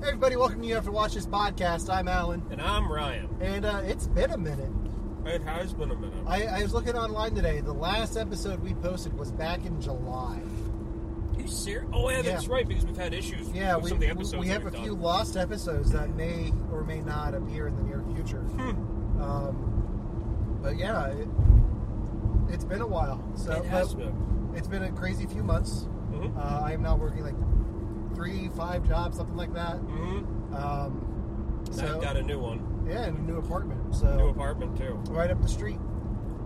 Hey everybody, welcome to You Have to Watch This Podcast. I'm Alan, And I'm Ryan. and uh, it's been a minute. It has been a minute. I, I was looking online today. The last episode we posted was back in July. you serious? Oh, yeah, that's Yeah. right, because we've had issues Yeah, with we, some of the episodes. we that have a we've few done. lost episodes that may or may not appear in the near future. Hmm, Um, but yeah, it, it's been a while. So It has but been. it's been a crazy few months. Mhm. Uh, I am now working like three, five jobs, something like that. Mhm. Um, And so I've got a new one. yeah, and a new apartment. So New apartment, too. right up the street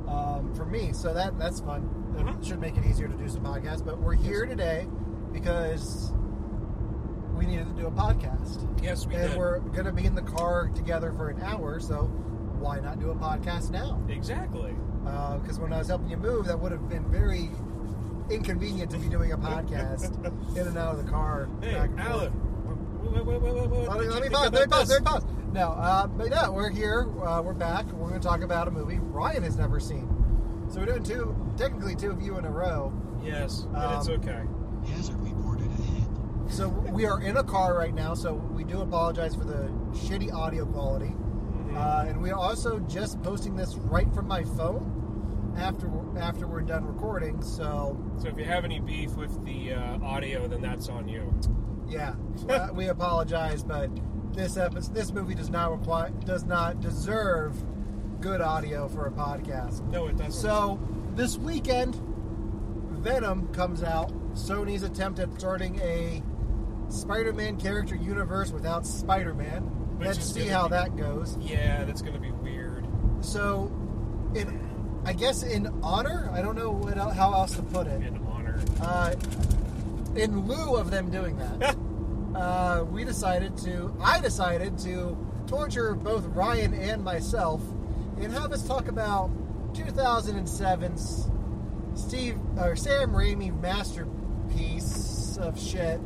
um, from me. So that that's fun. It Mhm. should make it easier to do some podcasts. But we're here today because we needed to do a podcast, Yes, we and did. we're going to be in the car together for an hour. So why not do a podcast now? Exactly. Because when I was helping you move, that would have been very inconvenient to be doing a podcast in and out of the car. Hey, back and forth. Alan. Wait, wait, wait, wait, wait. Let Did me, you let me think pause. Let about me pause. this? Let me pause. No, uh, but yeah, we're here. Uh, we're back. We're going to talk about a movie Ryan has never seen. So we're doing two, technically two of you in a row. Yes, but it's Um, okay. Hazard reported ahead. So we are in a car right now. So we do apologize for the shitty audio quality, Mhm. uh, and we are also just posting this right from my phone after after we're done recording. So so if you have any beef with the uh, audio, then that's on you. yeah, uh, we apologize, but this episode, this movie does not reply, does not deserve good audio for a podcast. No, it doesn't. So this weekend, Venom comes out. Sony's attempt at starting a Spider-Man character universe without Spider-Man. Which Let's is see gonna how be- that goes. yeah, that's going to be weird. So, in I guess in honor, I don't know what el- how else to put it. In honor. Uh, in lieu of them doing that, uh, we decided to. I decided to torture both Ryan and myself, and have us talk about 2007's Steve or Sam Raimi masterpiece of shit,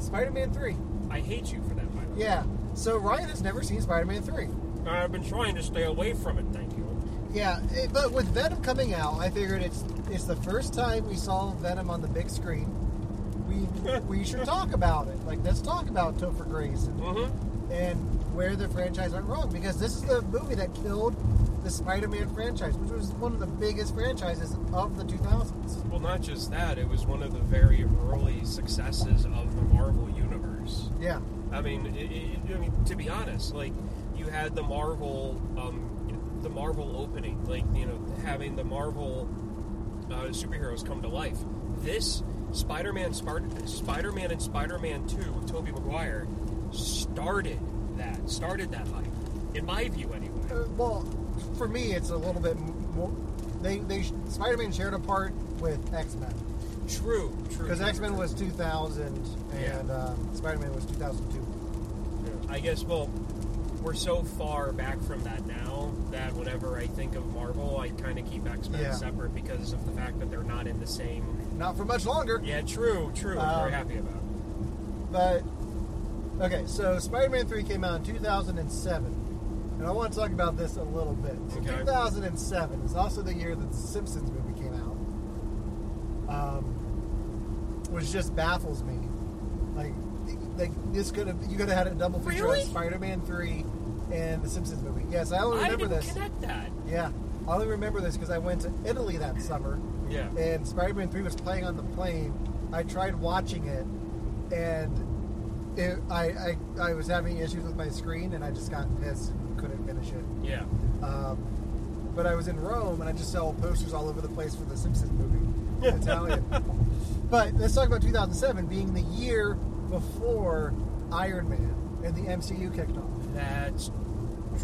Spider-Man Three. I hate you for that, by the way. Yeah. So Ryan has never seen Spider-Man Three. I've been trying to stay away from it, thank you. Yeah, it, but with Venom coming out, I figured it's it's the first time we saw Venom on the big screen. We we should talk about it. Like, let's talk about Topher Grace and, Mm-hmm. and where the franchise went wrong because this is the movie that killed the Spider-Man franchise, which was one of the biggest franchises of the 2000s. Well, not just that, it was one of the very early successes of the Marvel Universe. Yeah, I mean, i i I mean to be honest, like, you had the Marvel, um, the Marvel opening, like, you know, having the Marvel uh, superheroes come to life. This Spider-Man, Spart- Spider-Man and Spider-Man 2 with Tobey Maguire started that, started that hype. In my view, anyway. Uh, well, for me, it's a little bit more. They they Spider-Man shared a part with X-Men True, true. because true, X-Men true. was 2000 and Yeah. um, Spider-Man was 2002. I guess, well, we're so far back from that now that whenever I think of Marvel, I kind of keep X Men Yeah. separate because of the fact that they're not in the same. Not for much longer. Yeah, true, true. which Um, we're happy about. But okay, so Spider-Man Three came out in 2007, and I want to talk about this a little bit. So Okay. 2007 is also the year that the Simpsons movie came out, um, which Um, just baffles me. Like, like this could have you could have had a double feature Really? of Spider-Man Three and the Simpsons movie. Yes, I only I remember didn't this. connect that. Yeah, I only remember this because I went to Italy that summer Yeah. and Spider-Man 3 was playing on the plane. I tried watching it, and it, I, I I was having issues with my screen, and I just got pissed and couldn't finish it. Yeah. Um, but I was in Rome, and I just saw posters all over the place for the Simpsons movie, in Italian. But let's talk about 2007 being the year before Iron Man and the MCU kicked off. That's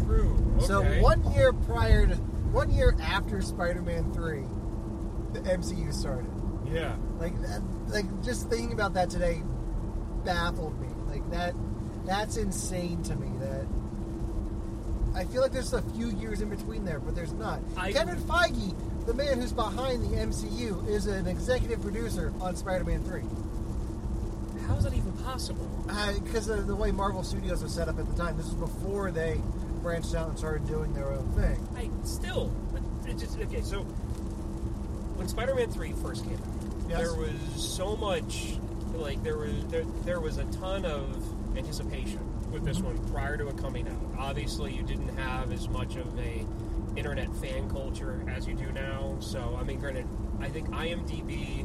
true. Okay. So one year prior to, one year after Spider-Man 3, the MCU started. Yeah. Like, that, like just thinking about that today baffled me. Like that, that's insane to me. That I feel like there's a few years in between there, but there's not. I- Kevin Feige, the man who's behind the MCU, is an executive producer on Spider-Man Three How is that even possible? because of the way Marvel Studios was set up at the time. This was before they branched out and started doing their own thing. I still. but It just okay. So when Spider-Man three first came out, Yes. there was so much like there was there, there was a ton of anticipation with this Mm-hmm. one prior to it coming out. Obviously, you didn't have as much of a internet fan culture as you do now. So, I mean, granted, I think IMDb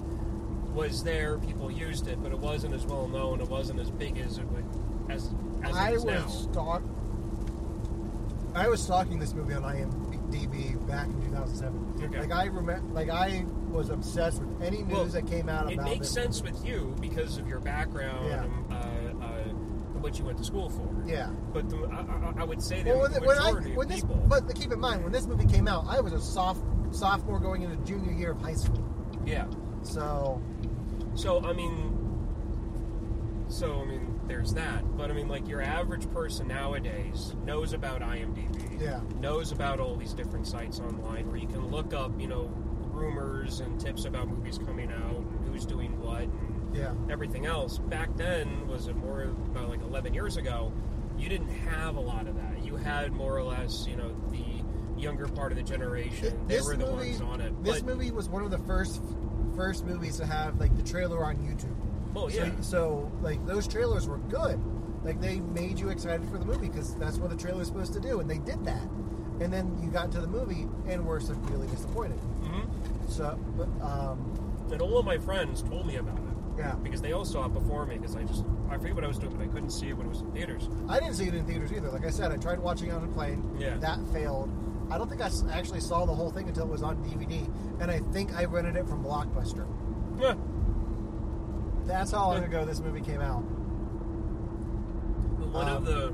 was there, people used it, but it wasn't as well known. It wasn't as big as it would, as as I it was is now. stalk. I was stalking this movie on IMDb back in 2007. Okay. Like I remember, like I was obsessed with any news Well, that came out It about makes this. sense with you because of your background, Yeah. um, uh, uh, what you went to school for. Yeah. But the, I, I- I would say that Well, when, the when I majority of when this, people, but keep in mind when this movie came out, I was a soft sophomore going into junior year of high school. yeah. So So I mean, so I mean, there's that. But I mean, like your average person nowadays knows about IMDb. Yeah. Knows about all these different sites online where you can look up, you know, rumors and tips about movies coming out and who's doing what and yeah, everything else. Back then was it more about like 11 years ago. You didn't have a lot of that. You had more or less, you know, the younger part of the generation. Th- they were the ones on it. This but, movie was one of the first first movies to have like the trailer on YouTube. oh yeah. So, so like those trailers were good. Like they made you excited for the movie because that's what a trailer is supposed to do, and they did that. And then you got to the movie and were severely disappointed. hmm So, but, um, And all of my friends told me about it yeah, because they all saw it before me. Because I just I forget what I was doing, but I couldn't see it when it was in theaters. I didn't see it in theaters either. Like I said, I tried watching it on a plane. Yeah. that failed. I don't think I s- actually saw the whole thing until it was on DVD, and I think I rented it from Blockbuster. Yeah. That's how long ago this movie came out. But One Um, of the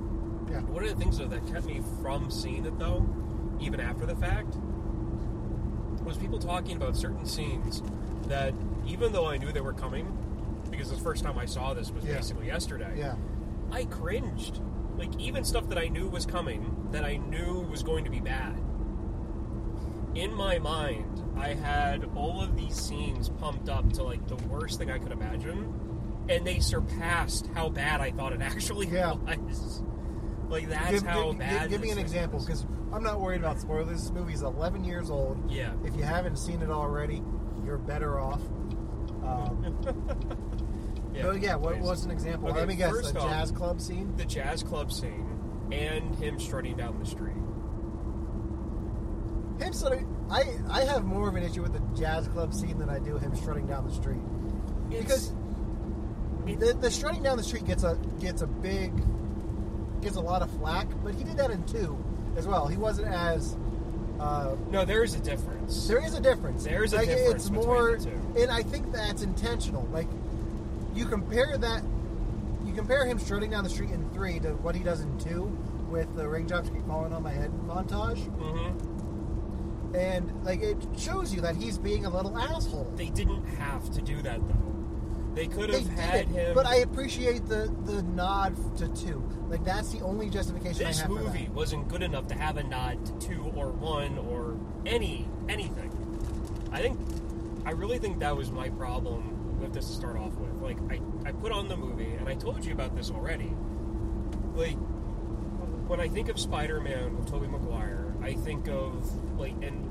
Yeah, one of the things though that kept me from seeing it though, even after the fact, was people talking about certain scenes that even though I knew they were coming, because the first time I saw this was Yeah. basically yesterday. yeah, I cringed. Like even stuff that I knew was coming, that I knew was going to be bad. In my mind, I had all of these scenes pumped up to like the worst thing I could imagine, and they surpassed how bad I thought it actually Yeah. was. Like that's how give, bad. give me this an thing example was. because I'm not worried about spoilers. This movie's 11 years old. Yeah. If you haven't seen it already, you're better off. Um, yeah. but Oh, yeah, what please. was an example? Okay, Let me guess. first A off- jazz club scene. the jazz club scene and him strutting down the street? Him sort of, I I have more of an issue with the jazz club scene than I do him strutting down the street because It's- the, the strutting down the street gets a gets a big gets a lot of flack, but he did that in two as well. He wasn't as uh, no, there is a difference. There is a difference. There is a like, difference It's between more, the two. and I think that's intentional. Like you compare that, you compare him strutting down the street in three to what he does in two with the raindrops keep falling on my head montage, hmm and like it shows you that he's being a little asshole. They didn't have to do that though. They could have did had it, him. but I appreciate the the nod to two. Like that's the only justification I this have for that. movie wasn't good enough to have a nod to two or one or any anything. I think I really think that was my problem with this to start off with. Like I, I put on the movie and I told you about this already. Like when I think of Spider Man with Tobey Maguire, I think of like and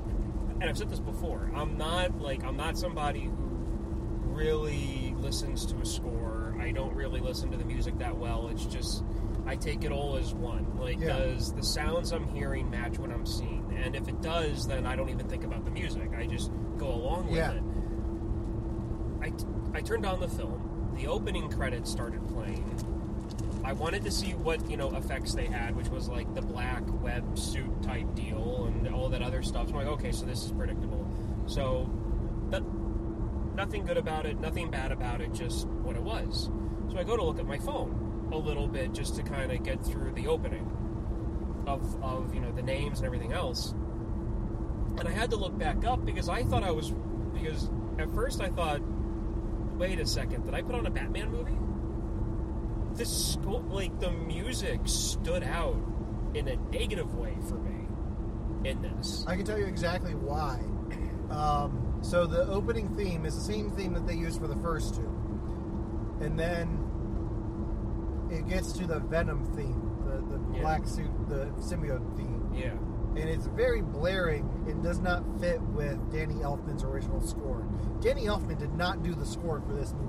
and I've said this before, I'm not like I'm not somebody who really listens to a score. I don't really listen to the music that well. It's just I take it all as one. Like, Yeah. does the sounds I'm hearing match what I'm seeing? And if it does, then I don't even think about the music. I just go along with Yeah. it. I, t- I turned on the film. The opening credits started playing. I wanted to see what you know effects they had, which was like the black web suit type deal and all that other stuff. So I'm like, okay, so this is predictable. So, no- nothing good about it, nothing bad about it, just what it was. So I go to look at my phone a little bit just to kind of get through the opening of of you know the names and everything else. And I had to look back up because I thought I was because at first I thought, wait a second, did I put on a Batman movie? the sco- like the music stood out in a negative way for me in this. I can tell you exactly why. Um, so the opening theme is the same theme that they used for the first two, and then it gets to the Venom theme, the, the Yeah. black suit, the symbiote theme, yeah, and it's very blaring and does not fit with Danny Elfman's original score. Danny Elfman did not do the score for this movie.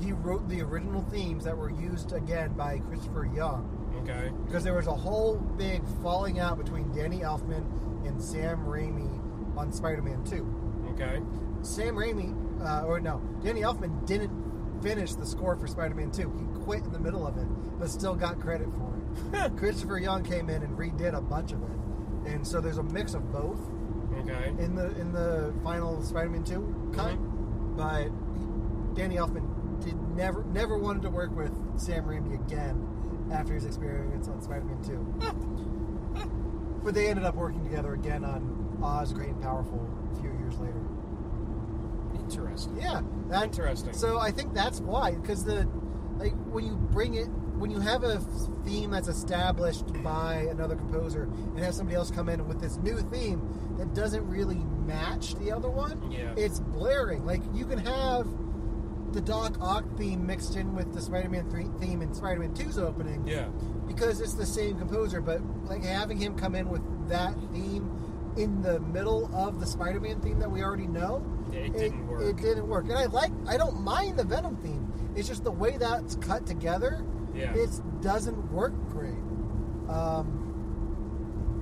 he wrote the original themes that were used again by Christopher Young Okay. because there was a whole big falling out between Danny Elfman and Sam Raimi on Spider-Man 2. Okay. Sam Raimi, uh, or no, Danny Elfman didn't finish the score for Spider-Man 2. He quit in the middle of it, but still got credit for it. Christopher Young came in and redid a bunch of it, and so there's a mix of both Okay. in the in the final Spider-Man Two kind, but Danny Elfman did never never wanted to work with Sam Raimi again after his experience on Spider-Man Two. but they ended up working together again on Oz Great and Powerful a few years later. Interesting. Yeah, that, Interesting. So I think that's why, because the like when you bring it, when you have a theme that's established by another composer and have somebody else come in with this new theme that doesn't really match the other one, Yeah. it's blaring. Like you can have the Doc Ock theme mixed in with the Spider-Man three theme and Spider-Man 2's opening, Yeah. because it's the same composer, but like having him come in with that theme in the middle of the Spider-Man theme that we already know, It didn't work. It didn't work, and I like. I don't mind the Venom theme. It's just the way that's cut together. Yeah. it doesn't work great. Um,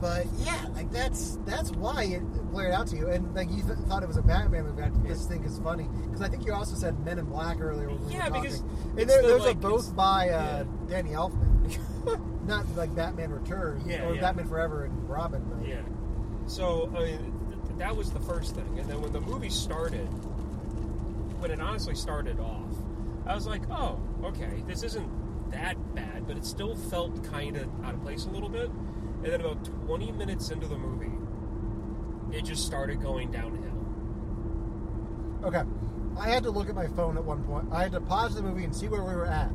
but yeah, like that's that's why it blared out to you, and like you th- thought it was a Batman movie. I, This thing is funny because I think you also said Men in Black earlier. When we Yeah, were talking. because and it's there, the, those are like, it's- both by uh, yeah. Danny Elfman, not like Batman Returns Yeah, or yeah. Batman Forever and Robin. But Yeah. So I mean, th- th- that was the first thing, and then when the movie started, when it honestly started off, I was like, "Oh, okay, this isn't that bad," but it still felt kind of out of place a little bit. And then about 20 minutes into the movie, it just started going downhill. Okay. I had to look at my phone at one point. I had to pause the movie and see where we were at.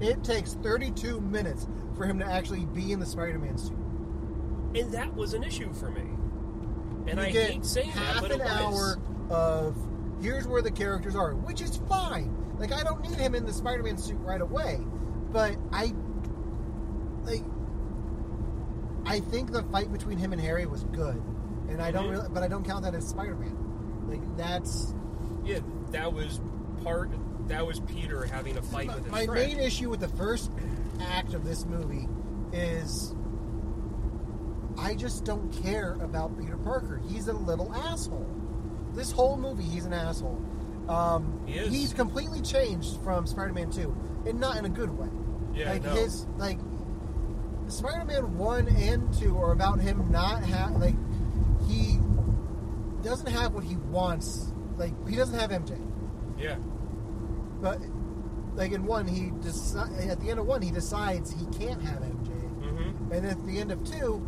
It takes 32 minutes for him to actually be in the Spider-Man suit. and that was an issue for me. And you I get hate saying half that, but an it was. hour of here's where the characters are, which is fine. Like I don't need him in the Spider-Man suit right away, but I like I think the fight between him and Harry was good, and I don't Mhm. really, but I don't count that as Spider-Man. Like that's Yeah, that was part. That was Peter having a fight with his my friend. main issue with the first act of this movie is I just don't care about Peter Parker. He's a little asshole. This whole movie, he's an asshole. Um, He is. He's completely changed from Spider-Man Two, and not in a good way. Yeah, like no. his like Spider-Man One and Two are about him not ha- like he doesn't have what he wants. Like he doesn't have MJ. yeah, But like in one, he deci- at the end of one, he decides he can't have MJ, mm-hmm. and at the end of two,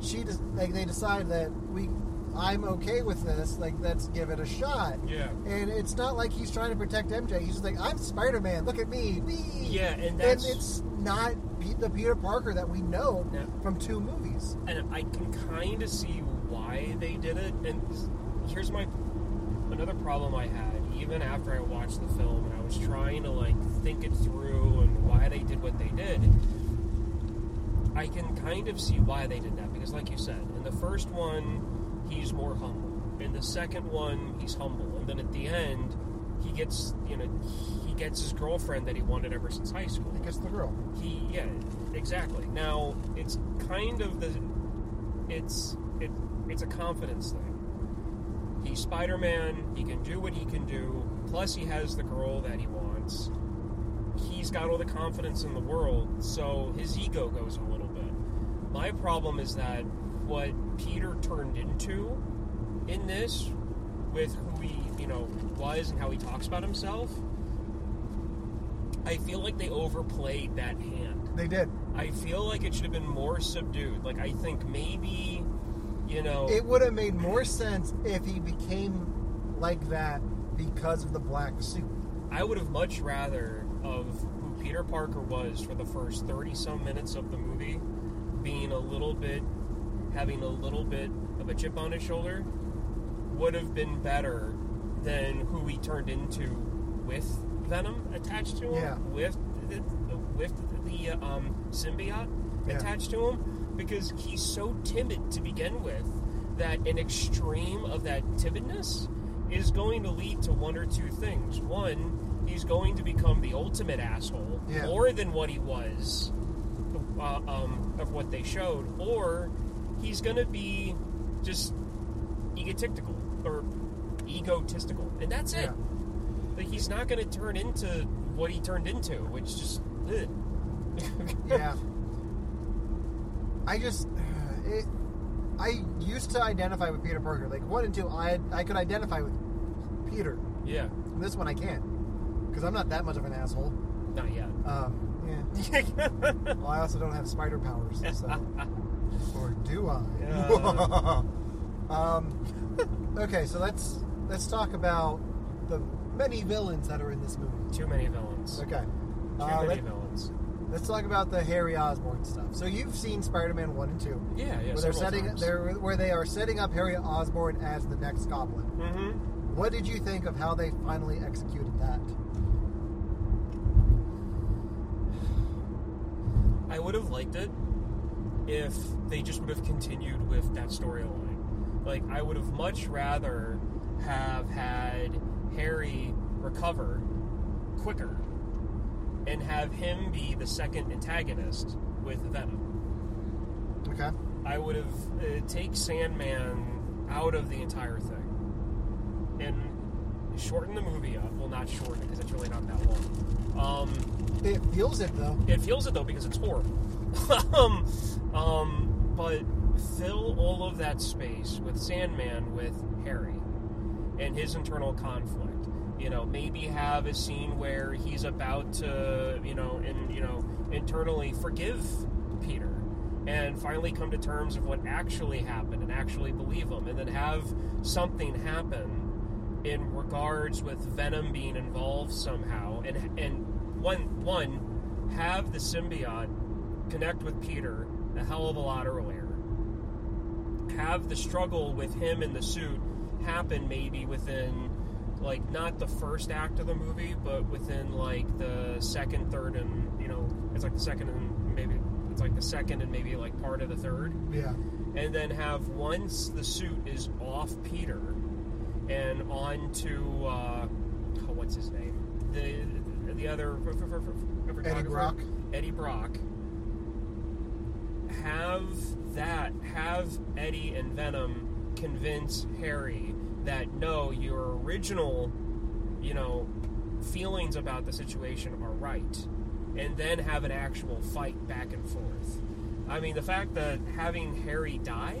she just like they decide that we, I'm okay with this. Like let's give it a shot. yeah, And it's not like he's trying to protect MJ. He's just like, I'm Spider Man. Look at me. Whee!" yeah, and that's and it's not Pe- the Peter Parker that we know Yeah. from two movies. and I can kind of see why they did it. And here's my another problem I had, even after I watched the film, and I was trying to like think it through and why they did what they did. I can kind of see why they did that because, like you said, in the first one, he's more humble. In the second one, he's humble, and then at the end, he gets you know he gets his girlfriend that he wanted ever since high school Like it's the girl. he yeah exactly now it's kind of the it's it, it's a confidence thing he's spider-man he can do what he can do plus he has the girl that he wants he's got all the confidence in the world so his ego goes a little bit my problem is that what peter turned into in this with who he you know was and how he talks about himself i feel like they overplayed that hand They did. I feel like it should have been more subdued. Like I think maybe, you know, It would have made more sense if he became like that because of the black suit. I would have much rather of who Peter Parker was for the first thirty some minutes of the movie, being a little bit, having a little bit of a chip on his shoulder, would have been better than who he turned into with Venom attached to him, Yeah. with the, with the uh, um, symbiote Yeah. attached to him, because he's so timid to begin with that an extreme of that timidness is going to lead to one or two things. One, he's going to become the ultimate asshole, Yeah. more than what he was uh, um, of what they showed, or he's going to be just egotistical or egotistical, and that's it. Yeah. Like he's not going to turn into what he turned into, which just ugh. yeah. I just uh, it. I used to identify with Peter Parker. Like one and two, I I could identify with Peter. yeah, This one I can't because I'm not that much of an asshole. not yet. Um, yeah. Well, I also don't have spider powers, so or do I? Yeah. um, okay, so let's let's talk about the many villains that are in this movie. Too many villains. Okay. Too Uh, many let, villains. us talk about the Harry Osborn stuff. So you've seen Spider-Man one and two, Yeah, yeah. where they're setting they're, where they are setting up Harry Osborn as the next Goblin. Mm-hmm. What did you think of how they finally executed that? I would have liked it if they just would have continued with that storyline. Like, I would have much rather have had Harry recover quicker and have him be the second antagonist with Venom. Okay. I would have uh, take Sandman out of the entire thing and shorten the movie up. Well, not shorten because it's really not that long. Um, It feels it though. it feels it though because it's horrible. um, um, but fill all of that space with Sandman with Harry and his internal conflict. You know, maybe have a scene where he's about to, you know, and you know, internally forgive Peter and finally come to terms of what actually happened and actually believe him, and then have something happen in regards with Venom being involved somehow, and and one one have the symbiote connect with Peter a hell of a lot earlier. Have the struggle with him in the suit happen maybe within like not the first act of the movie, but within like the second, third, and you know it's like the second and maybe it's like the second and maybe like part of the third Yeah. and then have once the suit is off Peter and on to uh, oh, what's his name the the other ph- ph- ph- ph- photographer? Eddie Brock. Eddie Brock have that have Eddie and Venom convince Harry that no your original you know feelings about the situation are right and then have an actual fight back and forth I mean the fact that having Harry die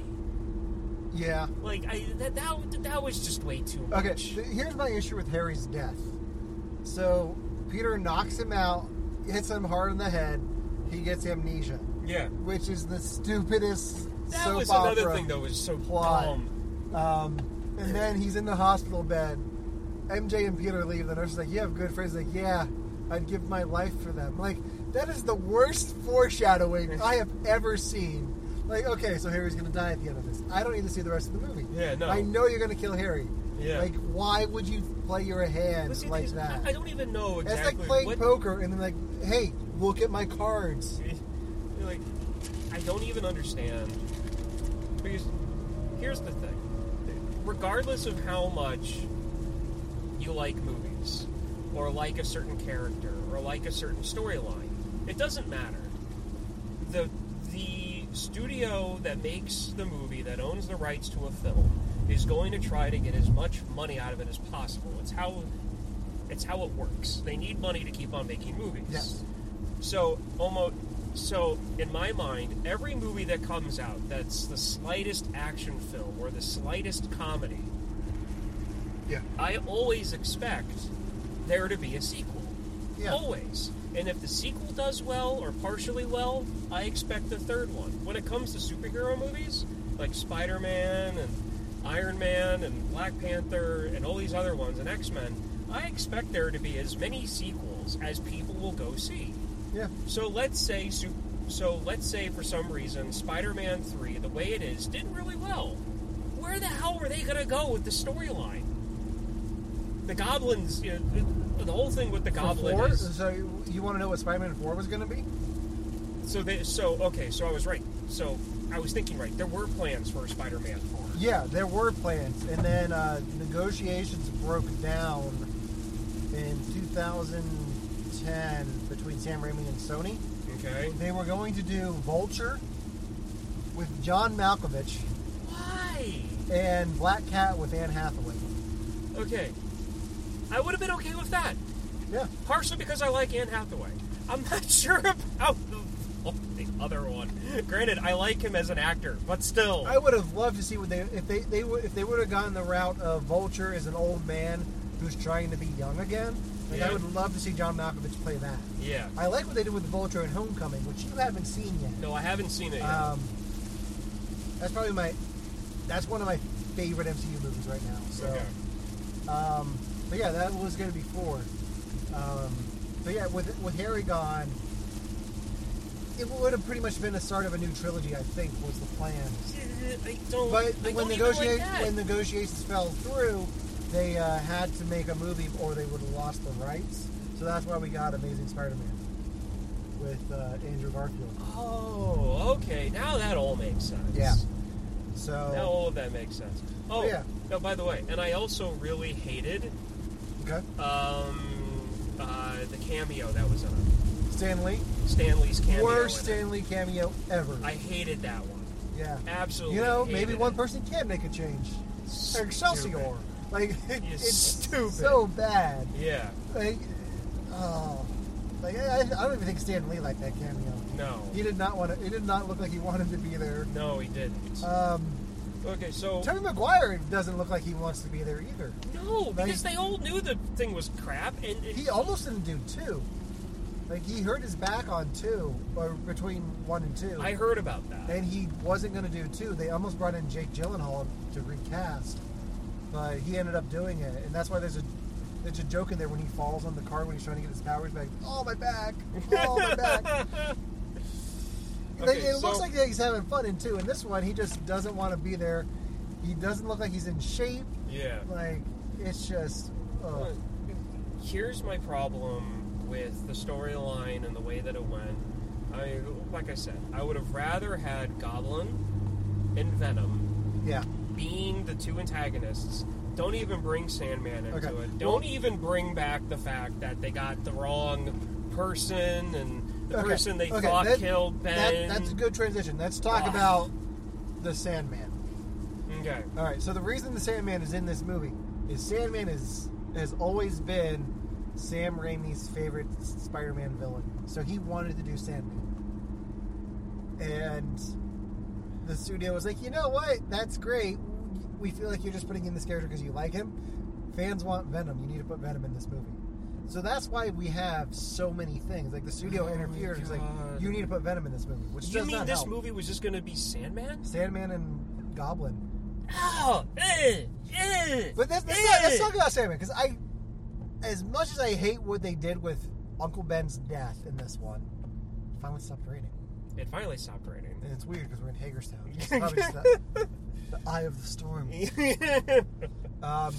Yeah. like I that that, that was just way too much. Okay, th- here's my issue with Harry's death. So Peter knocks him out, hits him hard in the head. He gets amnesia, Yeah. which is the stupidest That soap was opera. another thing that was so plot. dumb. Um, and then he's in the hospital bed. MJ and Peter leave. The nurse is like, "You have good friends." He's Like, yeah, I'd give my life for them. Like, that is the worst foreshadowing I have ever seen. Like, okay, so Harry's gonna die at the end of this. I don't need to see the rest of the movie. Yeah, no. I know you're gonna kill Harry. Yeah. Like, why would you play your hand But see, the thing like is, that? I, I don't even know That's exactly like playing what poker and then like, hey, look at my cards. You're like I don't even understand. Because here's the thing. Regardless of how much you like movies or like a certain character or like a certain storyline, it doesn't matter. The the studio that makes the movie that owns the rights to a film is going to try to get as much money out of it as possible. It's how it's how it works. They need money to keep on making movies. Yes. So almost so in my mind, every movie that comes out that's the slightest action film or the slightest comedy, Yeah. I always expect there to be a sequel. Yeah. Always. And if the sequel does well or partially well, I expect the third one. When it comes to superhero movies, like Spider Man and Iron Man and Black Panther and all these other ones and X Men, I expect there to be as many sequels as people will go see. Yeah. So let's say su- so let's say for some reason Spider-Man 3 the way it is did really well. Where the hell were they going to go with the storyline? The goblins, you know, the, the whole thing with the For goblin four? is So you, you want to know what Spider-Man Four was gonna be? so they so okay, so I was right. so I was thinking, right, there were plans for a Spider-Man four. Yeah, there were plans, and then uh, negotiations broke down in 2010 between Sam Raimi and Sony. Okay. They were going to do Vulture with John Malkovich Why? and Black Cat with Anne Hathaway. Okay. I would have been okay with that, Yeah, partially because I like Anne Hathaway. I'm not sure about the, oh, the other one. Granted, I like him as an actor, but still. I would have loved to see what they if they they would if they would have gone the route of Vulture as an old man who's trying to be young again. Like I Yeah. would love to see John Malkovich play that. yeah. I like what they did with Vulture in Homecoming, which you haven't seen yet. No, I haven't seen it yet. Um, that's probably my. That's one of my favorite MCU movies right now. So, okay. um, but yeah, that was going to be four. Um, but yeah, with with Harry gone, it would have pretty much been the start of a new trilogy. I think was the plan. I don't. But I when don't even like negotiate that. when negotiations fell through, they uh, had to make a movie or they would have lost the rights. So that's why we got Amazing Spider-Man with uh, Andrew Garfield. Oh, okay. Now that all makes sense. Yeah. So Now all of that makes sense. Oh, Yeah. No, by the way, and I also really hated okay, um, uh, the cameo that was in it. Stan Lee. Stanley's cameo. Worst in it. Stanley cameo ever. I hated that one. yeah. Absolutely. You know, maybe hated one it. person can make a change. Stupid. Excelsior. Like it- You're it's stupid. so bad. Yeah. Like oh, like I, I don't even think Stan Lee liked that cameo. No. He did not want to. It did not look like he wanted to be there. No, he didn't. Um, okay, so Tobey Maguire doesn't look like he wants to be there either. no, Like- because they all knew the thing was crap, and, and He almost didn't do two. Like he hurt his back on two, or between one and two. I heard about that. and he wasn't going to do two. They almost brought in Jake Gyllenhaal to recast, but he ended up doing it, and that's why there's a there's a joke in there when he falls on the car when he's trying to get his powers back. Oh my back! Oh my back! Like, Okay, it looks so- like he's having fun in two. In this one, he just doesn't want to be there. He doesn't look like he's in shape. yeah. Like it's just. uh, ugh. Here's my problem with the storyline and the way that it went. I, like I said, I would have rather had Goblin and Venom Yeah. being the two antagonists. Don't even bring Sandman into Okay. it. Don't even bring back the fact that they got the wrong person and the Okay, person they okay, thought that- killed Ben. That, that's a good transition. Let's talk Ah. about the Sandman. Okay. All right. So the reason the Sandman is in this movie is Sandman is has always been Sam Raimi's favorite Spider-Man villain. So he wanted to do Sandman, and the studio was like, you know what? That's great. We feel like you're just putting in this character because you like him. Fans want Venom. You need to put Venom in this movie. So that's why we have so many things. Like the studio Oh my interfered. It's like God. you need to put Venom in this movie, which You does mean not this help. movie was just going to be Sandman? Sandman and Goblin. Oh, eh, eh, But that's, that's eh. not, let's talk about Sandman because I, as much as I hate what they did with Uncle Ben's death in this one, it finally stopped raining, eh. It finally stopped raining. and it's weird because we're in Hagerstown. It's probably just the, the eye of the storm. Um,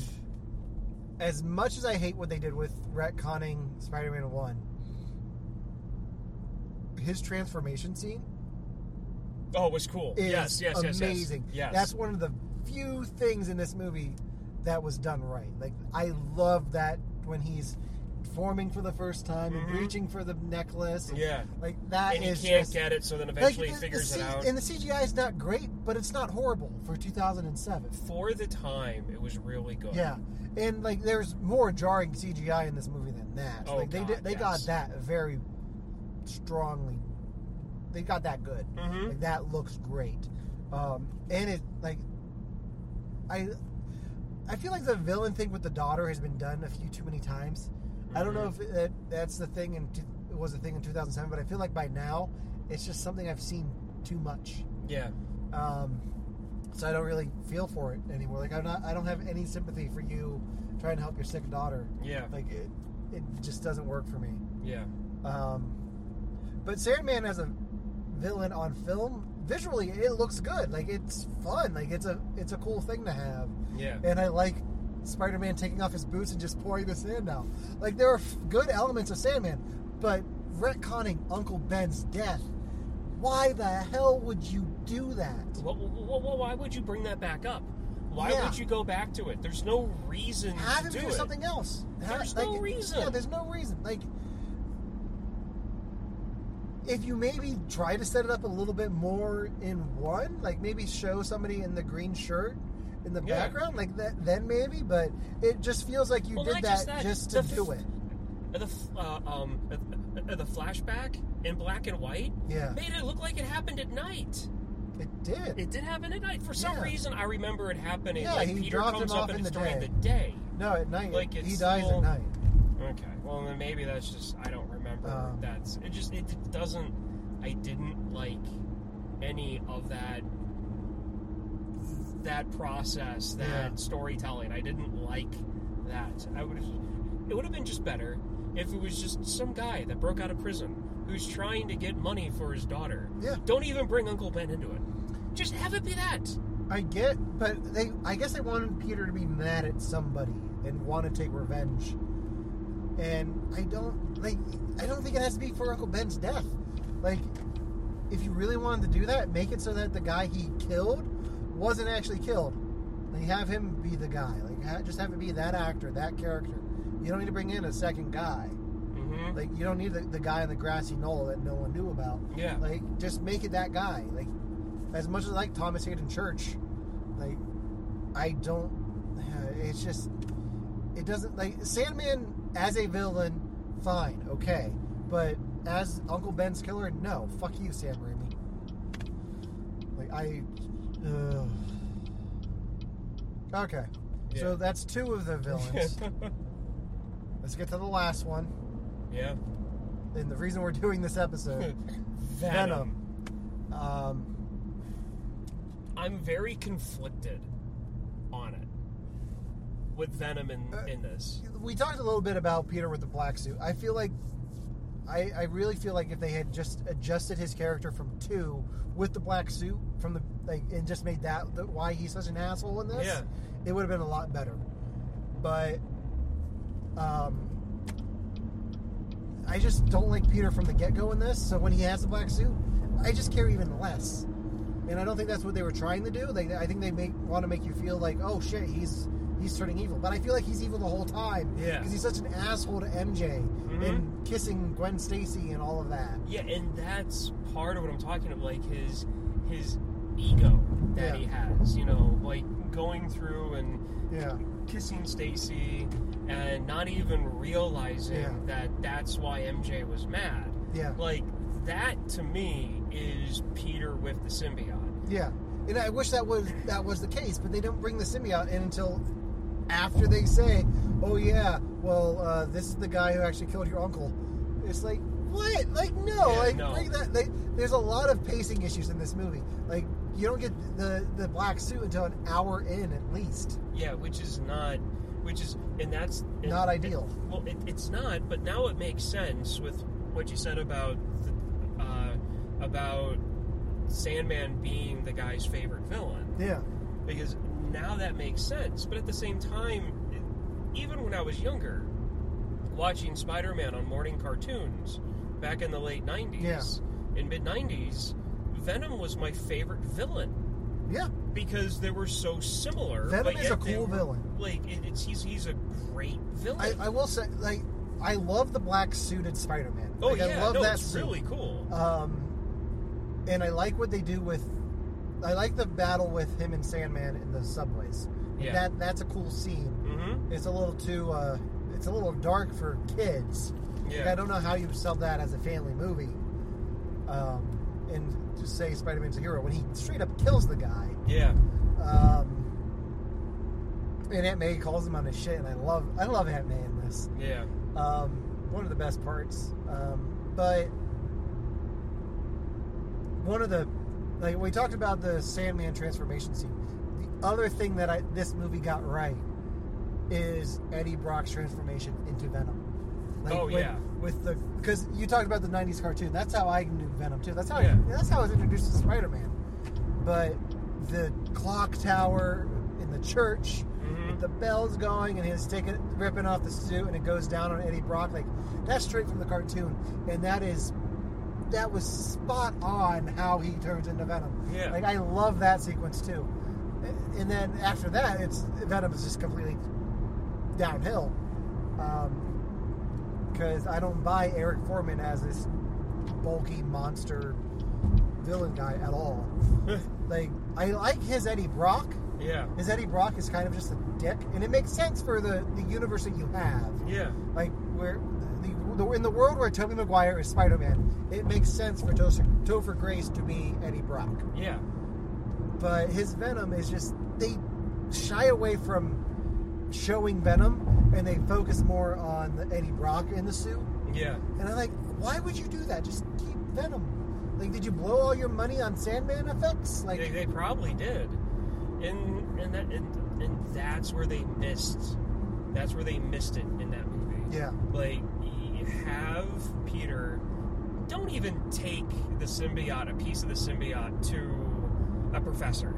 as much as I hate what they did with retconning Spider-Man One, his transformation scene oh, it was cool. is yes, yes, yes, amazing. Yes. yes. That's one of the few things in this movie that was done right. Like I love that when he's forming for the first time Mhm. and reaching for the necklace. Yeah. Like that and he is can't just- get it, so then like, eventually the- he figures the it C- out. And the CGI is not great, but it's not horrible for 2007. For the time, it was really good. Yeah. And like there's more jarring CGI in this movie than that. Oh, like they God, did, they got yes. that very strongly. They got that good. Mhm. Like that looks great. Um, and it like I I feel like the villain thing with the daughter has been done a few too many times. I don't know if that that's the thing and it was the thing in 2007, but I feel like by now it's just something I've seen too much Yeah. um, so I don't really feel for it anymore. Like I'm not, I don't have any sympathy for you trying to help your sick daughter. Yeah. Like it, it just doesn't work for me. Yeah. Um, but Sandman as a villain on film, visually it looks good. Like it's fun. Like it's a it's a cool thing to have. Yeah. And I like Spider-Man taking off his boots and just pouring the sand out. Like there are f- good elements of Sandman, but retconning Uncle Ben's death why the hell would you do that? Well, well, well, why would you bring that back up? Why Yeah. would you go back to it? There's no reason Have to him do do, it. something else. Have- There's like, no reason. Yeah, there's no reason. Like, if you maybe try to set it up a little bit more in one, like maybe show somebody in the green shirt in the Yeah. background, like that, then maybe. But it just feels like you Well, did not that just just, that, to the- do it. Uh, The f- uh, um uh, uh, the flashback in black and white Yeah, made it look like it happened at night. it did. It did happen at night. For some Yeah. reason, I remember it happening. Yeah, like he Peter dropped comes him up off and in it's the during day. the day. no, at night Like, he it's dies still- at night. Okay. Well, then maybe that's just I don't remember. Um, that's it. Just it doesn't. I didn't like any of that. That process, that Yeah. storytelling, I didn't like that. I would. It would have been just better if it was just some guy that broke out of prison who's trying to get money for his daughter. Yeah. Don't even bring Uncle Ben into it. Just have it be that. I get, but they. I guess they wanted Peter to be mad at somebody and want to take revenge. And I don't like. I don't think it has to be for Uncle Ben's death. Like, if you really wanted to do that, make it so that the guy he killed wasn't actually killed. Like, have him be the guy. Like, ha- just have it be that actor, that character. You don't need to bring in a second guy. Mm-hmm. Like, you don't need the, the guy on the grassy knoll that no one knew about. Yeah. Like, just make it that guy. Like, as much as I like Thomas Hayden Church, like, I don't. It's just, it doesn't like Sandman as a villain. Fine, okay, but as Uncle Ben's killer, no. Fuck you, Sam Raimi. Like I. ugh. Okay, Yeah. so that's two of the villains. Let's get to the last one, yeah. and the reason we're doing this episode. Venom. Um, I'm very conflicted on it with Venom in, Uh, in this. we talked a little bit about Peter with the black suit. I feel like, I, I really feel like if they had just adjusted his character from two with the black suit from the like and just made that the, why he's such an asshole in this, Yeah. it would have been a lot better. But, um, I just don't like Peter from the get go in this. So when he has the black suit, I just care even less. And I don't think that's what they were trying to do. They, I think they make want to make you feel like, oh shit, he's he's turning evil. But I feel like he's evil the whole time. Yeah. Because he's such an asshole to MJ and kissing Gwen Stacy and all of that. Yeah, and that's part of what I'm talking about, like his his ego that Yeah. he has, you know, like going through and Yeah. kissing Stacy and not even realizing Yeah. that that's why MJ was mad. Yeah. Like that to me is Peter with the symbiote. Yeah. And I wish that was that was the case, but they don't bring the symbiote in until after they say, "Oh yeah, well uh, this is the guy who actually killed your uncle." It's like what? Like no, Yeah, like no. bring that. They, there's a lot of pacing issues in this movie. Like you don't get the the black suit until an hour in at least. Yeah, which is not, which is, and that's and- Not ideal. and- well, it, it's not, but now it makes sense with what you said about the, uh, about Sandman being the guy's favorite villain, Yeah, because now that makes sense. But at the same time, even when I was younger, watching Spider-Man on morning cartoons back in the late '90s, in mid '90s, Venom was my favorite villain yeah. because they were so similar. Venom but is yet a they cool were- villain. Like it, it's he's he's a great villain. I, I will say, like, I love the black suited Spider-Man. oh like, yeah, I love no, that it's suit. really cool. Um, and I like what they do with. I like the battle with him and Sandman in the subways. Yeah. That that's a cool scene. mm-hmm. It's a little too. Uh, it's a little dark for kids. Like, Yeah. I don't know how you sell that as a family movie. Um, and to say Spider-Man's a hero when he straight up kills the guy. yeah. Um, and Aunt May calls him on his shit, and I love I love Aunt May in this Yeah. um, one of the best parts. Um, but one of the like we talked about the Sandman transformation scene. The other thing that I this movie got right is Eddie Brock's transformation into Venom. Oh, with, yeah. with the because you talked about the '90s cartoon. That's how I knew Venom too. That's how Yeah. I, that's how I was introduced to Spider-Man. But the clock tower in the church Mhm. the bell's going and he's taking ripping off the suit and it goes down on Eddie Brock like that's straight from the cartoon and that is that was spot on how he turns into Venom. Yeah. Like I love that sequence too. And then after that, it's Venom is just completely downhill. Um, because I don't buy Eric Foreman as this bulky monster villain guy at all. like I like his Eddie Brock. yeah, His Eddie Brock is kind of just a dick, and it makes sense for the the universe that you have yeah, like where the, the in the world where Tobey Maguire is Spider-Man, it makes sense for Tos- Topher Grace to be Eddie Brock. yeah, But his Venom is just they shy away from showing Venom and they focus more on the Eddie Brock in the suit. yeah, And I'm like, why would you do that? Just keep Venom. Like, did you blow all your money on Sandman effects? Like, they, they probably did, and and that and, and that's where they missed, that's where they missed it in that movie. yeah, like y- have Peter don't even take the symbiote, a piece of the symbiote, to a professor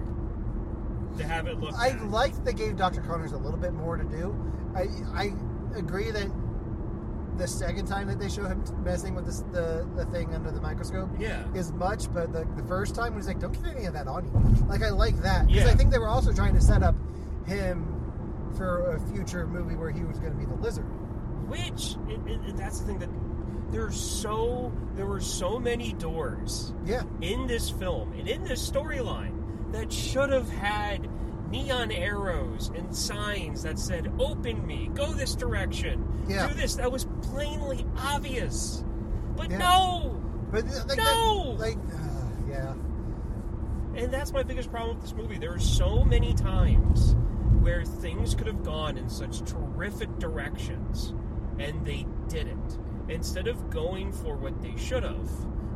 to have it look. I at. liked they gave Doctor Connors a little bit more to do. I I agree that the second time that they show him messing with this, the the thing under the microscope yeah, is much, but the, the first time was like, don't get any of that on you. Like I like that because I Yeah. think they were also trying to set up him for a future movie where he was going to be the lizard. which it, it, it- that's the thing that there's so there were so many doors Yeah, in this film and in this storyline that should have had neon arrows and signs that said open me go this direction Yeah. do this that was plainly obvious but Yeah. no but uh, like, No! that, like uh, yeah, And that's my biggest problem with this movie. There are so many times where things could have gone in such terrific directions, and they didn't. Instead of going for what they should have,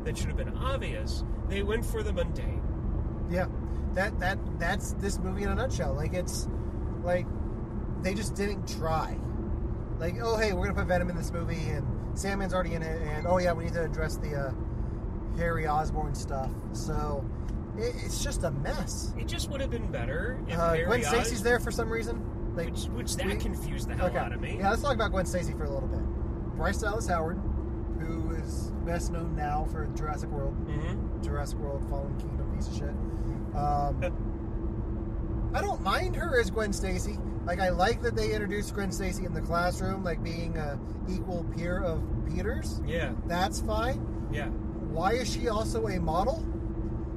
that should have been obvious, they went for the mundane. yeah. That that that's this movie in a nutshell. Like it's like they just didn't try. Like oh hey, we're gonna put Venom in this movie and Sandman's already in it, and oh yeah, we need to address the uh, Harry Osborn stuff. So it, it's just a mess. It just would have been better if Uh, Harry Gwen Oz- Stacy's there for some reason. Like, which, which that we- confused the hell okay. out of me. Yeah, let's talk about Gwen Stacy for a little bit. Bryce Dallas Howard, who is best known now for Jurassic World, hmm Jurassic World Fallen Kingdom piece of shit. Um, I don't mind her as Gwen Stacy. Like, I like that they introduced Gwen Stacy in the classroom, like being a equal peer of Peter's. Yeah, That's fine. yeah. Why is she also a model?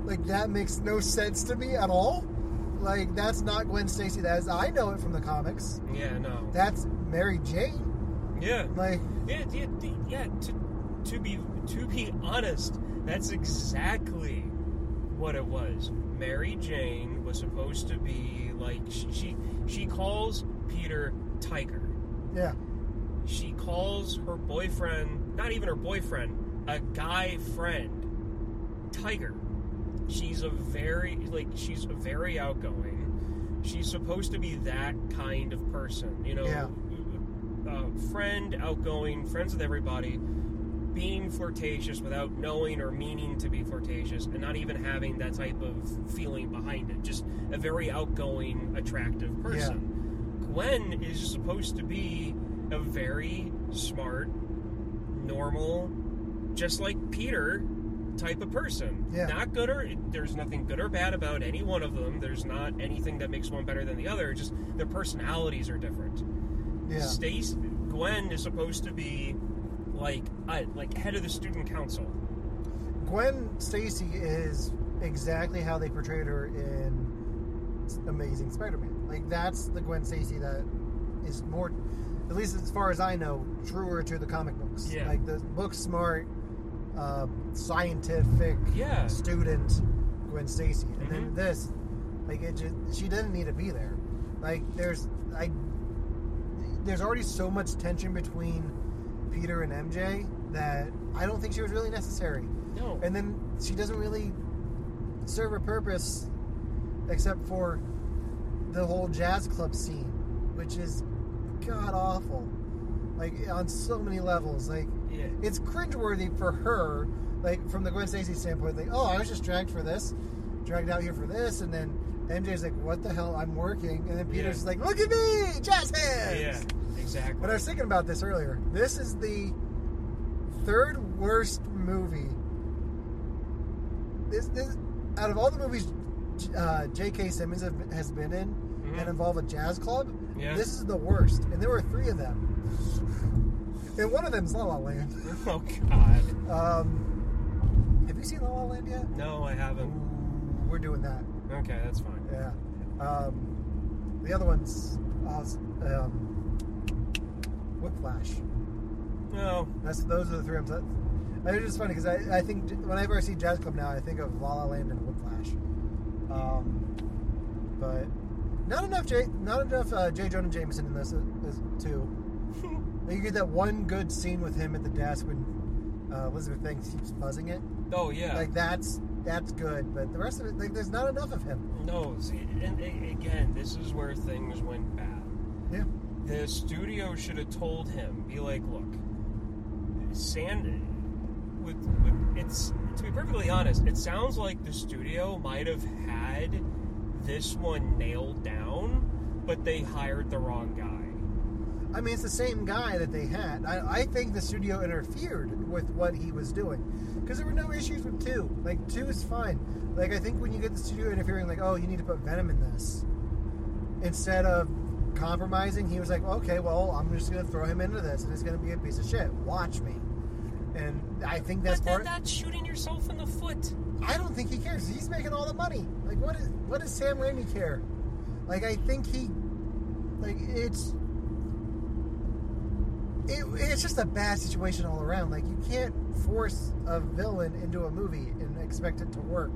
Like, that makes no sense to me at all. Like, that's not Gwen Stacy. That is, I know it from the comics. Yeah, no. that's Mary Jane. yeah. Like, Yeah, yeah, yeah, yeah, to, to be to be honest, that's exactly what it was. Mary Jane was supposed to be like she she, she calls Peter Tiger. yeah, She calls her boyfriend, not even her boyfriend, a guy friend, Tiger. She's a very like she's a very outgoing. She's supposed to be that kind of person, you know, Yeah. uh, friend, outgoing, friends with everybody, being flirtatious without knowing or meaning to be flirtatious, and not even having that type of feeling behind it. Just a very outgoing, attractive person. Gwen is supposed to be a very smart, normal, just like Peter type of person. Yeah. Not good or there's nothing good or bad about any one of them. There's not anything that makes one better than the other. Just their personalities are different. yeah, Stace Gwen is supposed to be like I, like head of the student council. Gwen Stacy is exactly how they portrayed her in Amazing Spider-Man. Like, that's the Gwen Stacy that is more, at least as far as I know, truer to the comic books. Yeah. Like the book smart, uh, scientific Yeah. student, Gwen Stacy, and Mhm. then this, like it just she doesn't need to be there. Like there's I there's already so much tension between Peter and MJ that I don't think she was really necessary. No. And then she doesn't really serve a purpose except for the whole jazz club scene, which is god awful. Like on so many levels. Like yeah. it's cringeworthy for her, like from the Gwen Stacy standpoint. Like, oh, I was just dragged for this, dragged out here for this, and then MJ's like, "What the hell? I'm working," and then Peter's Yeah. like, "Look at me, jazz hands." Yeah. Exactly. But I was thinking about this earlier. This is the third worst movie this, this out of all the movies uh, J.K. Simmons have, has been in Mhm. that involve a jazz club, Yeah. this is the worst. And there were three of them. And one of them's La La Land. Oh God, Um, have you seen La La Land yet? no, I haven't. We're doing that. Okay, that's fine. Yeah. Um, the other one's Oz, um, Whiplash. No, That's those are the three. I'm. That, I mean, it's funny because I, I think j- whenever I see jazz club now, I think of La La Land and Whiplash. Um, but not enough J. Not enough uh, J. Jonah Jameson in this uh, is too. you get that one good scene with him at the desk when uh, Elizabeth Banks keeps buzzing it. oh yeah, Like that's that's good, but the rest of it, like, there's not enough of him. no. See, and a- again, this is where things went bad. Yeah. The studio should have told him, be like, look, Sand. With, with it's to be perfectly honest, it sounds like the studio might have had this one nailed down, but they hired the wrong guy. I mean, it's the same guy that they had. I, I think the studio interfered with what he was doing because there were no issues with two. Like two is fine. Like I think when you get the studio interfering, like oh, you need to put Venom in this instead of compromising, he was like, okay, well, I'm just gonna throw him into this, and it's gonna be a piece of shit. Watch me. And I think that's But then part. that's shooting yourself in the foot. I don't think he cares. He's making all the money. Like, what is what does Sam Raimi care? Like, I think he, like, it's it, it's just a bad situation all around. Like, you can't force a villain into a movie and expect it to work.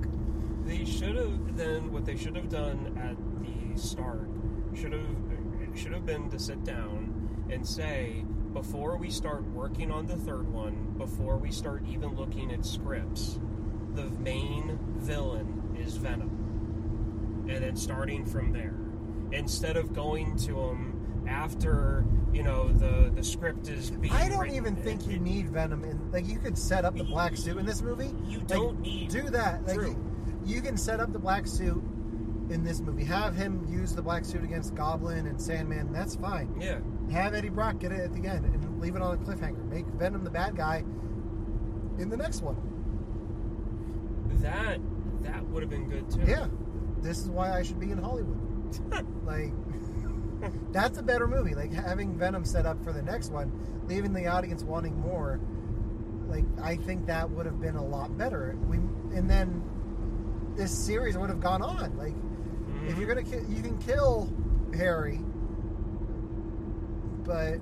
They should have then what they should have done at the start should have should have been to sit down and say before we start working on the third one, before we start even looking at scripts, the main villain is Venom, and then starting from there, instead of going to him after you know the the script is being. I don't written even and- think you need Venom in. Like, you could set up the black suit in this movie. You Like, don't need do that. Like, True. You, you can set up the black suit in this movie. Have him use the black suit against Goblin and Sandman. That's fine. Yeah. have Eddie Brock get it at the end and leave it on a cliffhanger. Make Venom the bad guy in the next one. That that would have been good too. Yeah, this is why I should be in Hollywood. like, that's a better movie. Like having Venom set up for the next one, leaving the audience wanting more. Like I think that would have been a lot better. We and then this series would have gone on. Like Mhm. if you're gonna ki- you can kill Harry, but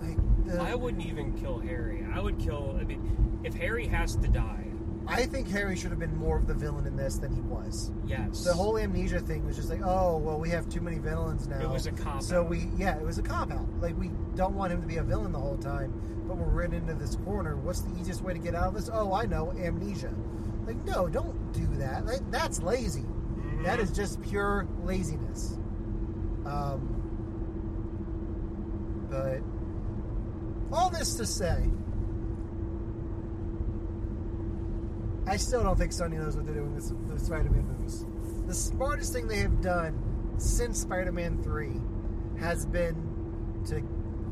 like the, I wouldn't even kill Harry. I would kill. I mean, if Harry has to die, I think Harry should have been more of the villain in this than he was. yes. The whole amnesia thing was just like, oh, well, we have too many villains now. It was a cop So out. we, yeah, it was a cop out. Like we don't want him to be a villain the whole time, but we're written into this corner. What's the easiest way to get out of this? Oh, I know, amnesia. Like, no, don't do that. Like, that's lazy. Mhm. That is just pure laziness. Um, but all this to say, I still don't think Sony knows what they're doing with the Spider-Man movies. The smartest thing they have done since Spider-Man Three has been to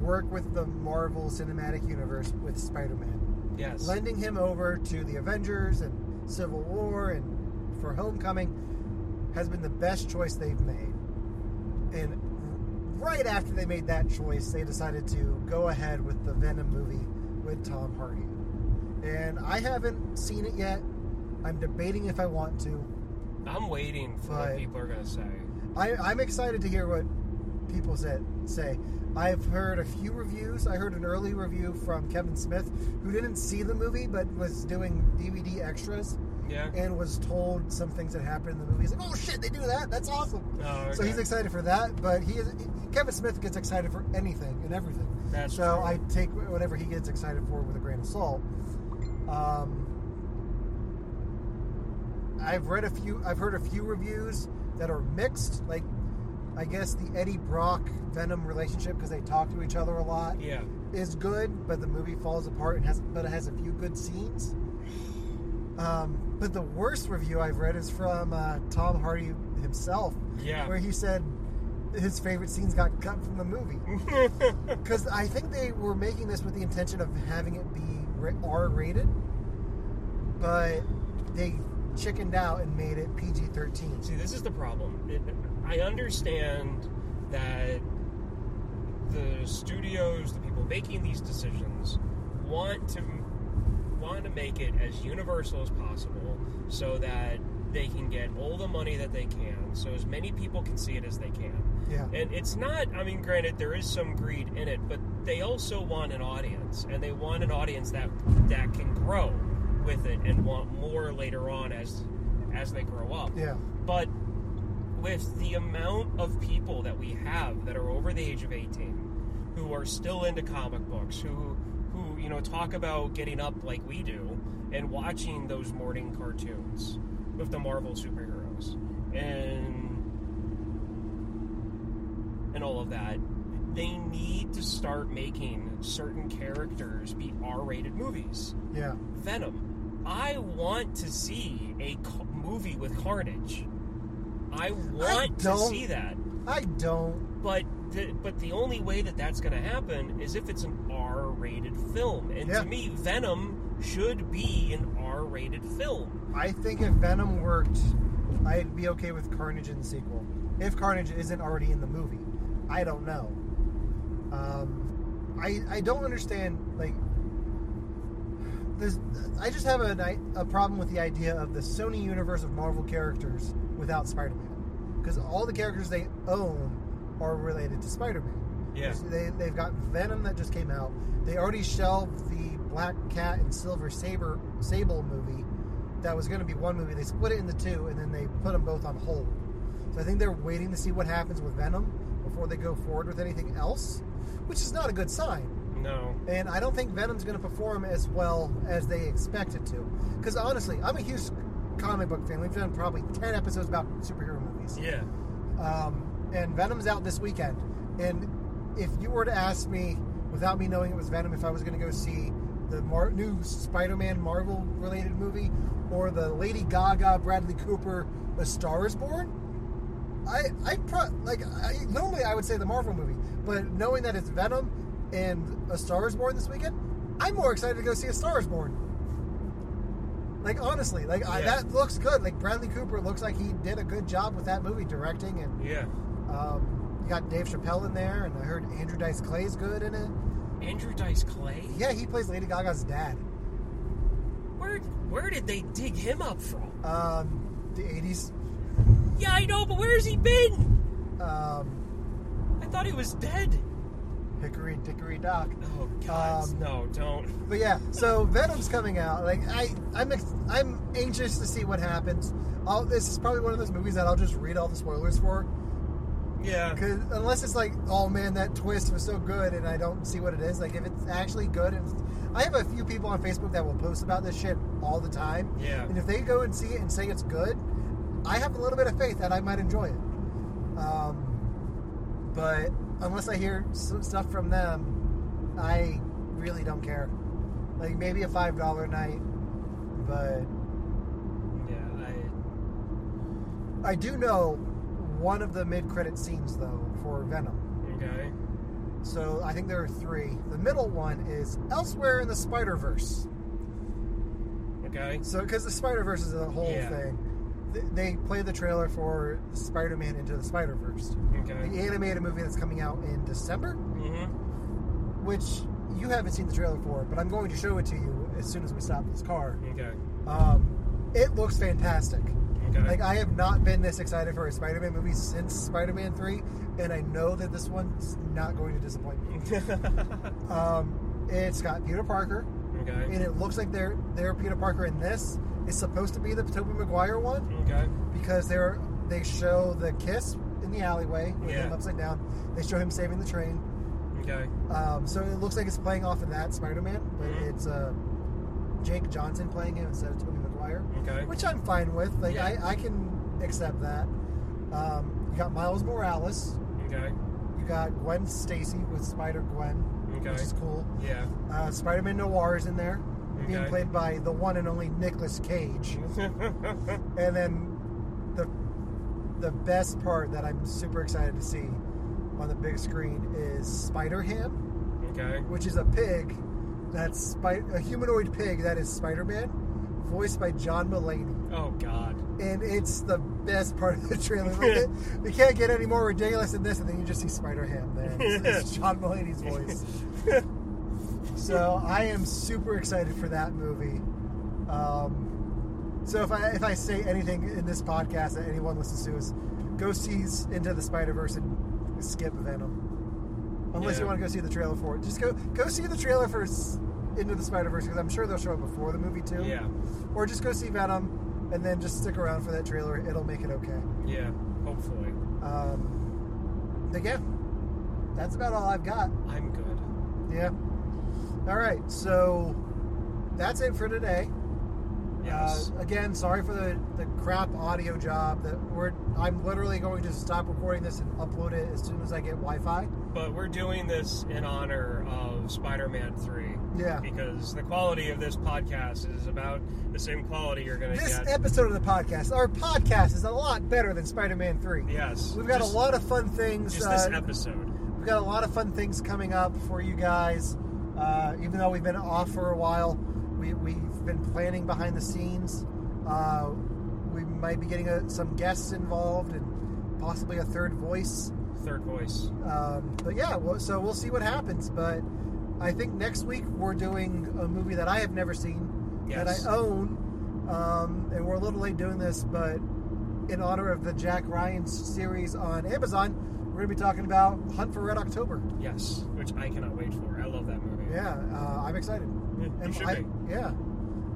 work with the Marvel Cinematic Universe with Spider-Man Mm-hmm. yes. lending him over to the Avengers and Civil War and for Homecoming has been the best choice they've made. And right after they made that choice, they decided to go ahead with the Venom movie with Tom Hardy. And I haven't seen it yet. I'm debating if I want to. I'm waiting for Right. what people are gonna say. I, I'm excited to hear what people said, say. I've heard a few reviews. I heard an early review from Kevin Smith, who didn't see the movie but was doing DVD extras Yeah. and was told some things that happened in the movie. He's like, "Oh shit, they do that! That's awesome!" Oh, So okay. he's excited for that. But he is Kevin Smith gets excited for anything and everything. That's so true. I take whatever he gets excited for with a grain of salt. Um, I've read a few. I've heard a few reviews that are mixed. Like, I guess the Eddie Brock Venom relationship because they talk to each other a lot yeah. is good, but the movie falls apart and has but it has a few good scenes. Um, but the worst review I've read is from uh, Tom Hardy himself, Yeah. where he said his favorite scenes got cut from the movie because I think they were making this with the intention of having it be R rated, but they chickened out and made it PG 13. See, this is the problem. It, I understand that the studios, the people making these decisions, want to want to make it as universal as possible, so that they can get all the money that they can, so as many people can see it as they can. Yeah. And it's not. I mean, granted, there is some greed in it, but they also want an audience, and they want an audience that that can grow with it and want more later on as as they grow up. Yeah. But with the amount of people that we have that are over the age of 18 who are still into comic books, who who you know talk about getting up like we do and watching those morning cartoons with the Marvel superheroes and and all of that, they need to start making certain characters be R-rated movies. Yeah. Venom. I want to see a c- movie with Carnage. I want to don't- see that, I don't. but the, but the only way that that's going to happen is if it's an R-rated film. And Yeah. to me, Venom should be an R-rated film. I think if Venom worked, I'd be okay with Carnage in the sequel. If Carnage isn't already in the movie, I don't know. Um, I I don't understand like. This, I just have a, ni- a problem with the idea of the Sony universe of Marvel characters without Spider-Man, because all the characters they own are related to Spider-Man. Yeah. They, they've got Venom that just came out. They already shelved the Black Cat and Silver Saber Sable movie. That was going to be one movie. They split it into two, and then they put them both on hold. So I think they're waiting to see what happens with Venom before they go forward with anything else, which is not a good sign. No. And I don't think Venom's going to perform as well as they expect it to. Because honestly, I'm a huge comic book fan. We've done probably 10 episodes about superhero movies. Yeah. Um, and Venom's out this weekend. And if you were to ask me, without me knowing it was Venom, if I was going to go see the Mar- new Spider Man Marvel related movie or the Lady Gaga Bradley Cooper A Star is Born, I, I pro- like I, normally I would say the Marvel movie, but knowing that it's Venom and A Star is Born this weekend, I'm more excited to go see A Star is Born. Like honestly, like I, Yeah. that looks good. Like Bradley Cooper looks like he did a good job with that movie directing, and Yeah. um, you got Dave Chappelle in there, and I heard Andrew Dice Clay's good in it. Andrew Dice Clay. Yeah, he plays Lady Gaga's dad. Where where did they dig him up from? Um, the '80s. Yeah, I know, but where's he been? Um, I thought he was dead. Hickory Dickory Dock. Oh God! Um, no, don't. But yeah, so Venom's coming out. Like I, I'm, ex- I'm anxious to see what happens. I'll, this is probably one of those movies that I'll just read all the spoilers for, Yeah. because unless it's like, oh man, that twist was so good, and I don't see what it is. Like if it's actually good, and I have a few people on Facebook that will post about this shit all the time. Yeah. And if they go and see it and say it's good, I have a little bit of faith that I might enjoy it. Um, but unless I hear s- stuff from them, I really don't care. Like maybe a five dollar night, but Yeah. I, I do know one of the mid credit scenes though for Venom. Okay. So I think there are three. The middle one is elsewhere in the Spider Verse. Okay. So, because the Spider Verse is a whole Yeah. thing, Th- they play the trailer for Spider Man Into the Spider Verse, the Okay. animated movie that's coming out in December, Mm-hmm. which you haven't seen the trailer for, but I'm going to show it to you as soon as we stop this car. Okay. Um, it looks fantastic. Okay. Like I have not been this excited for a Spider Man movie since Spider Man Three, and I know that this one's not going to disappoint me. Um, it's got Peter Parker, okay. and it looks like their their Peter Parker in this is supposed to be the Tobey Maguire one. Okay. because they're they show the kiss in the alleyway with Yeah. him upside down. They show him saving the train. Okay. Um, so it looks like it's playing off of that Spider-Man, but Mhm. it's uh, Jake Johnson playing him instead of Tobey Maguire, Okay. which I'm fine with. Like Yeah. I, I can accept that. Um, you got Miles Morales. Okay. You got Gwen Stacy with Spider Gwen, which Okay. is cool. Yeah. Uh, Spider-Man Noir is in there, being Okay. played by the one and only Nicolas Cage. And then the the best part that I'm super excited to see on the big screen is Spider Ham, okay. which is a pig that's spi- a humanoid pig that is Spider Man voiced by John Mulaney. Oh God. and it's the best part of the trailer. Like, it- we can't get any more ridiculous than this, and then you just see Spider Ham there. It's, it's John Mulaney's voice. so I am super excited for that movie. Um, so if I if I say anything in this podcast that anyone listens to is go see S- Into the Spider Verse and skip Venom, unless you Yeah. want to go see the trailer for it. Just go go see the trailer for S- Into the Spider Verse because I'm sure they'll show it before the movie too Yeah. or just go see Venom and then just stick around for that trailer. It'll make it okay. Yeah. Hopefully, Um, but yeah, that's about all I've got. I'm good. Yeah. All right, so that's it for today. Yes. Uh, again, sorry for the, the crap audio job that we're. I'm literally going to stop recording this and upload it as soon as I get Wi-Fi. but we're doing this in honor of Spider-Man Three. Yeah. Because the quality of this podcast is about the same quality you're gonna This get. episode of the podcast, our podcast is a lot better than Spider-Man Three. yes. We've got Just- a lot of fun things. Just this uh, episode. We've got a lot of fun things coming up for you guys. Uh, even though we've been off for a while, we, we've been planning behind the scenes. Uh, we might be getting uh some guests involved and possibly a third voice. Third voice. Um, but yeah, well, so we'll see what happens. But I think next week we're doing a movie that I have never seen Yes. that I own, um, and we're a little late doing this, but in honor of the Jack Ryan series on Amazon, we're going to be talking about Hunt for Red October. Yes. Which I cannot wait for. I love that movie. Yeah, uh, I'm excited. Yeah, you And should I- be. Yeah.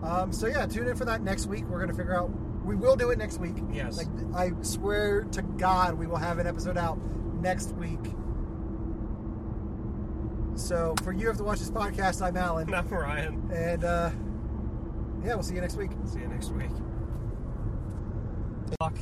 Um, so yeah, tune in for that next week. We're gonna figure out. We will do it next week. Yes. Like I swear to God, we will have an episode out next week. So for you have to watch this podcast. I'm Alan, Not Ryan. and uh, yeah, we'll see you next week. See you next week. Fuck.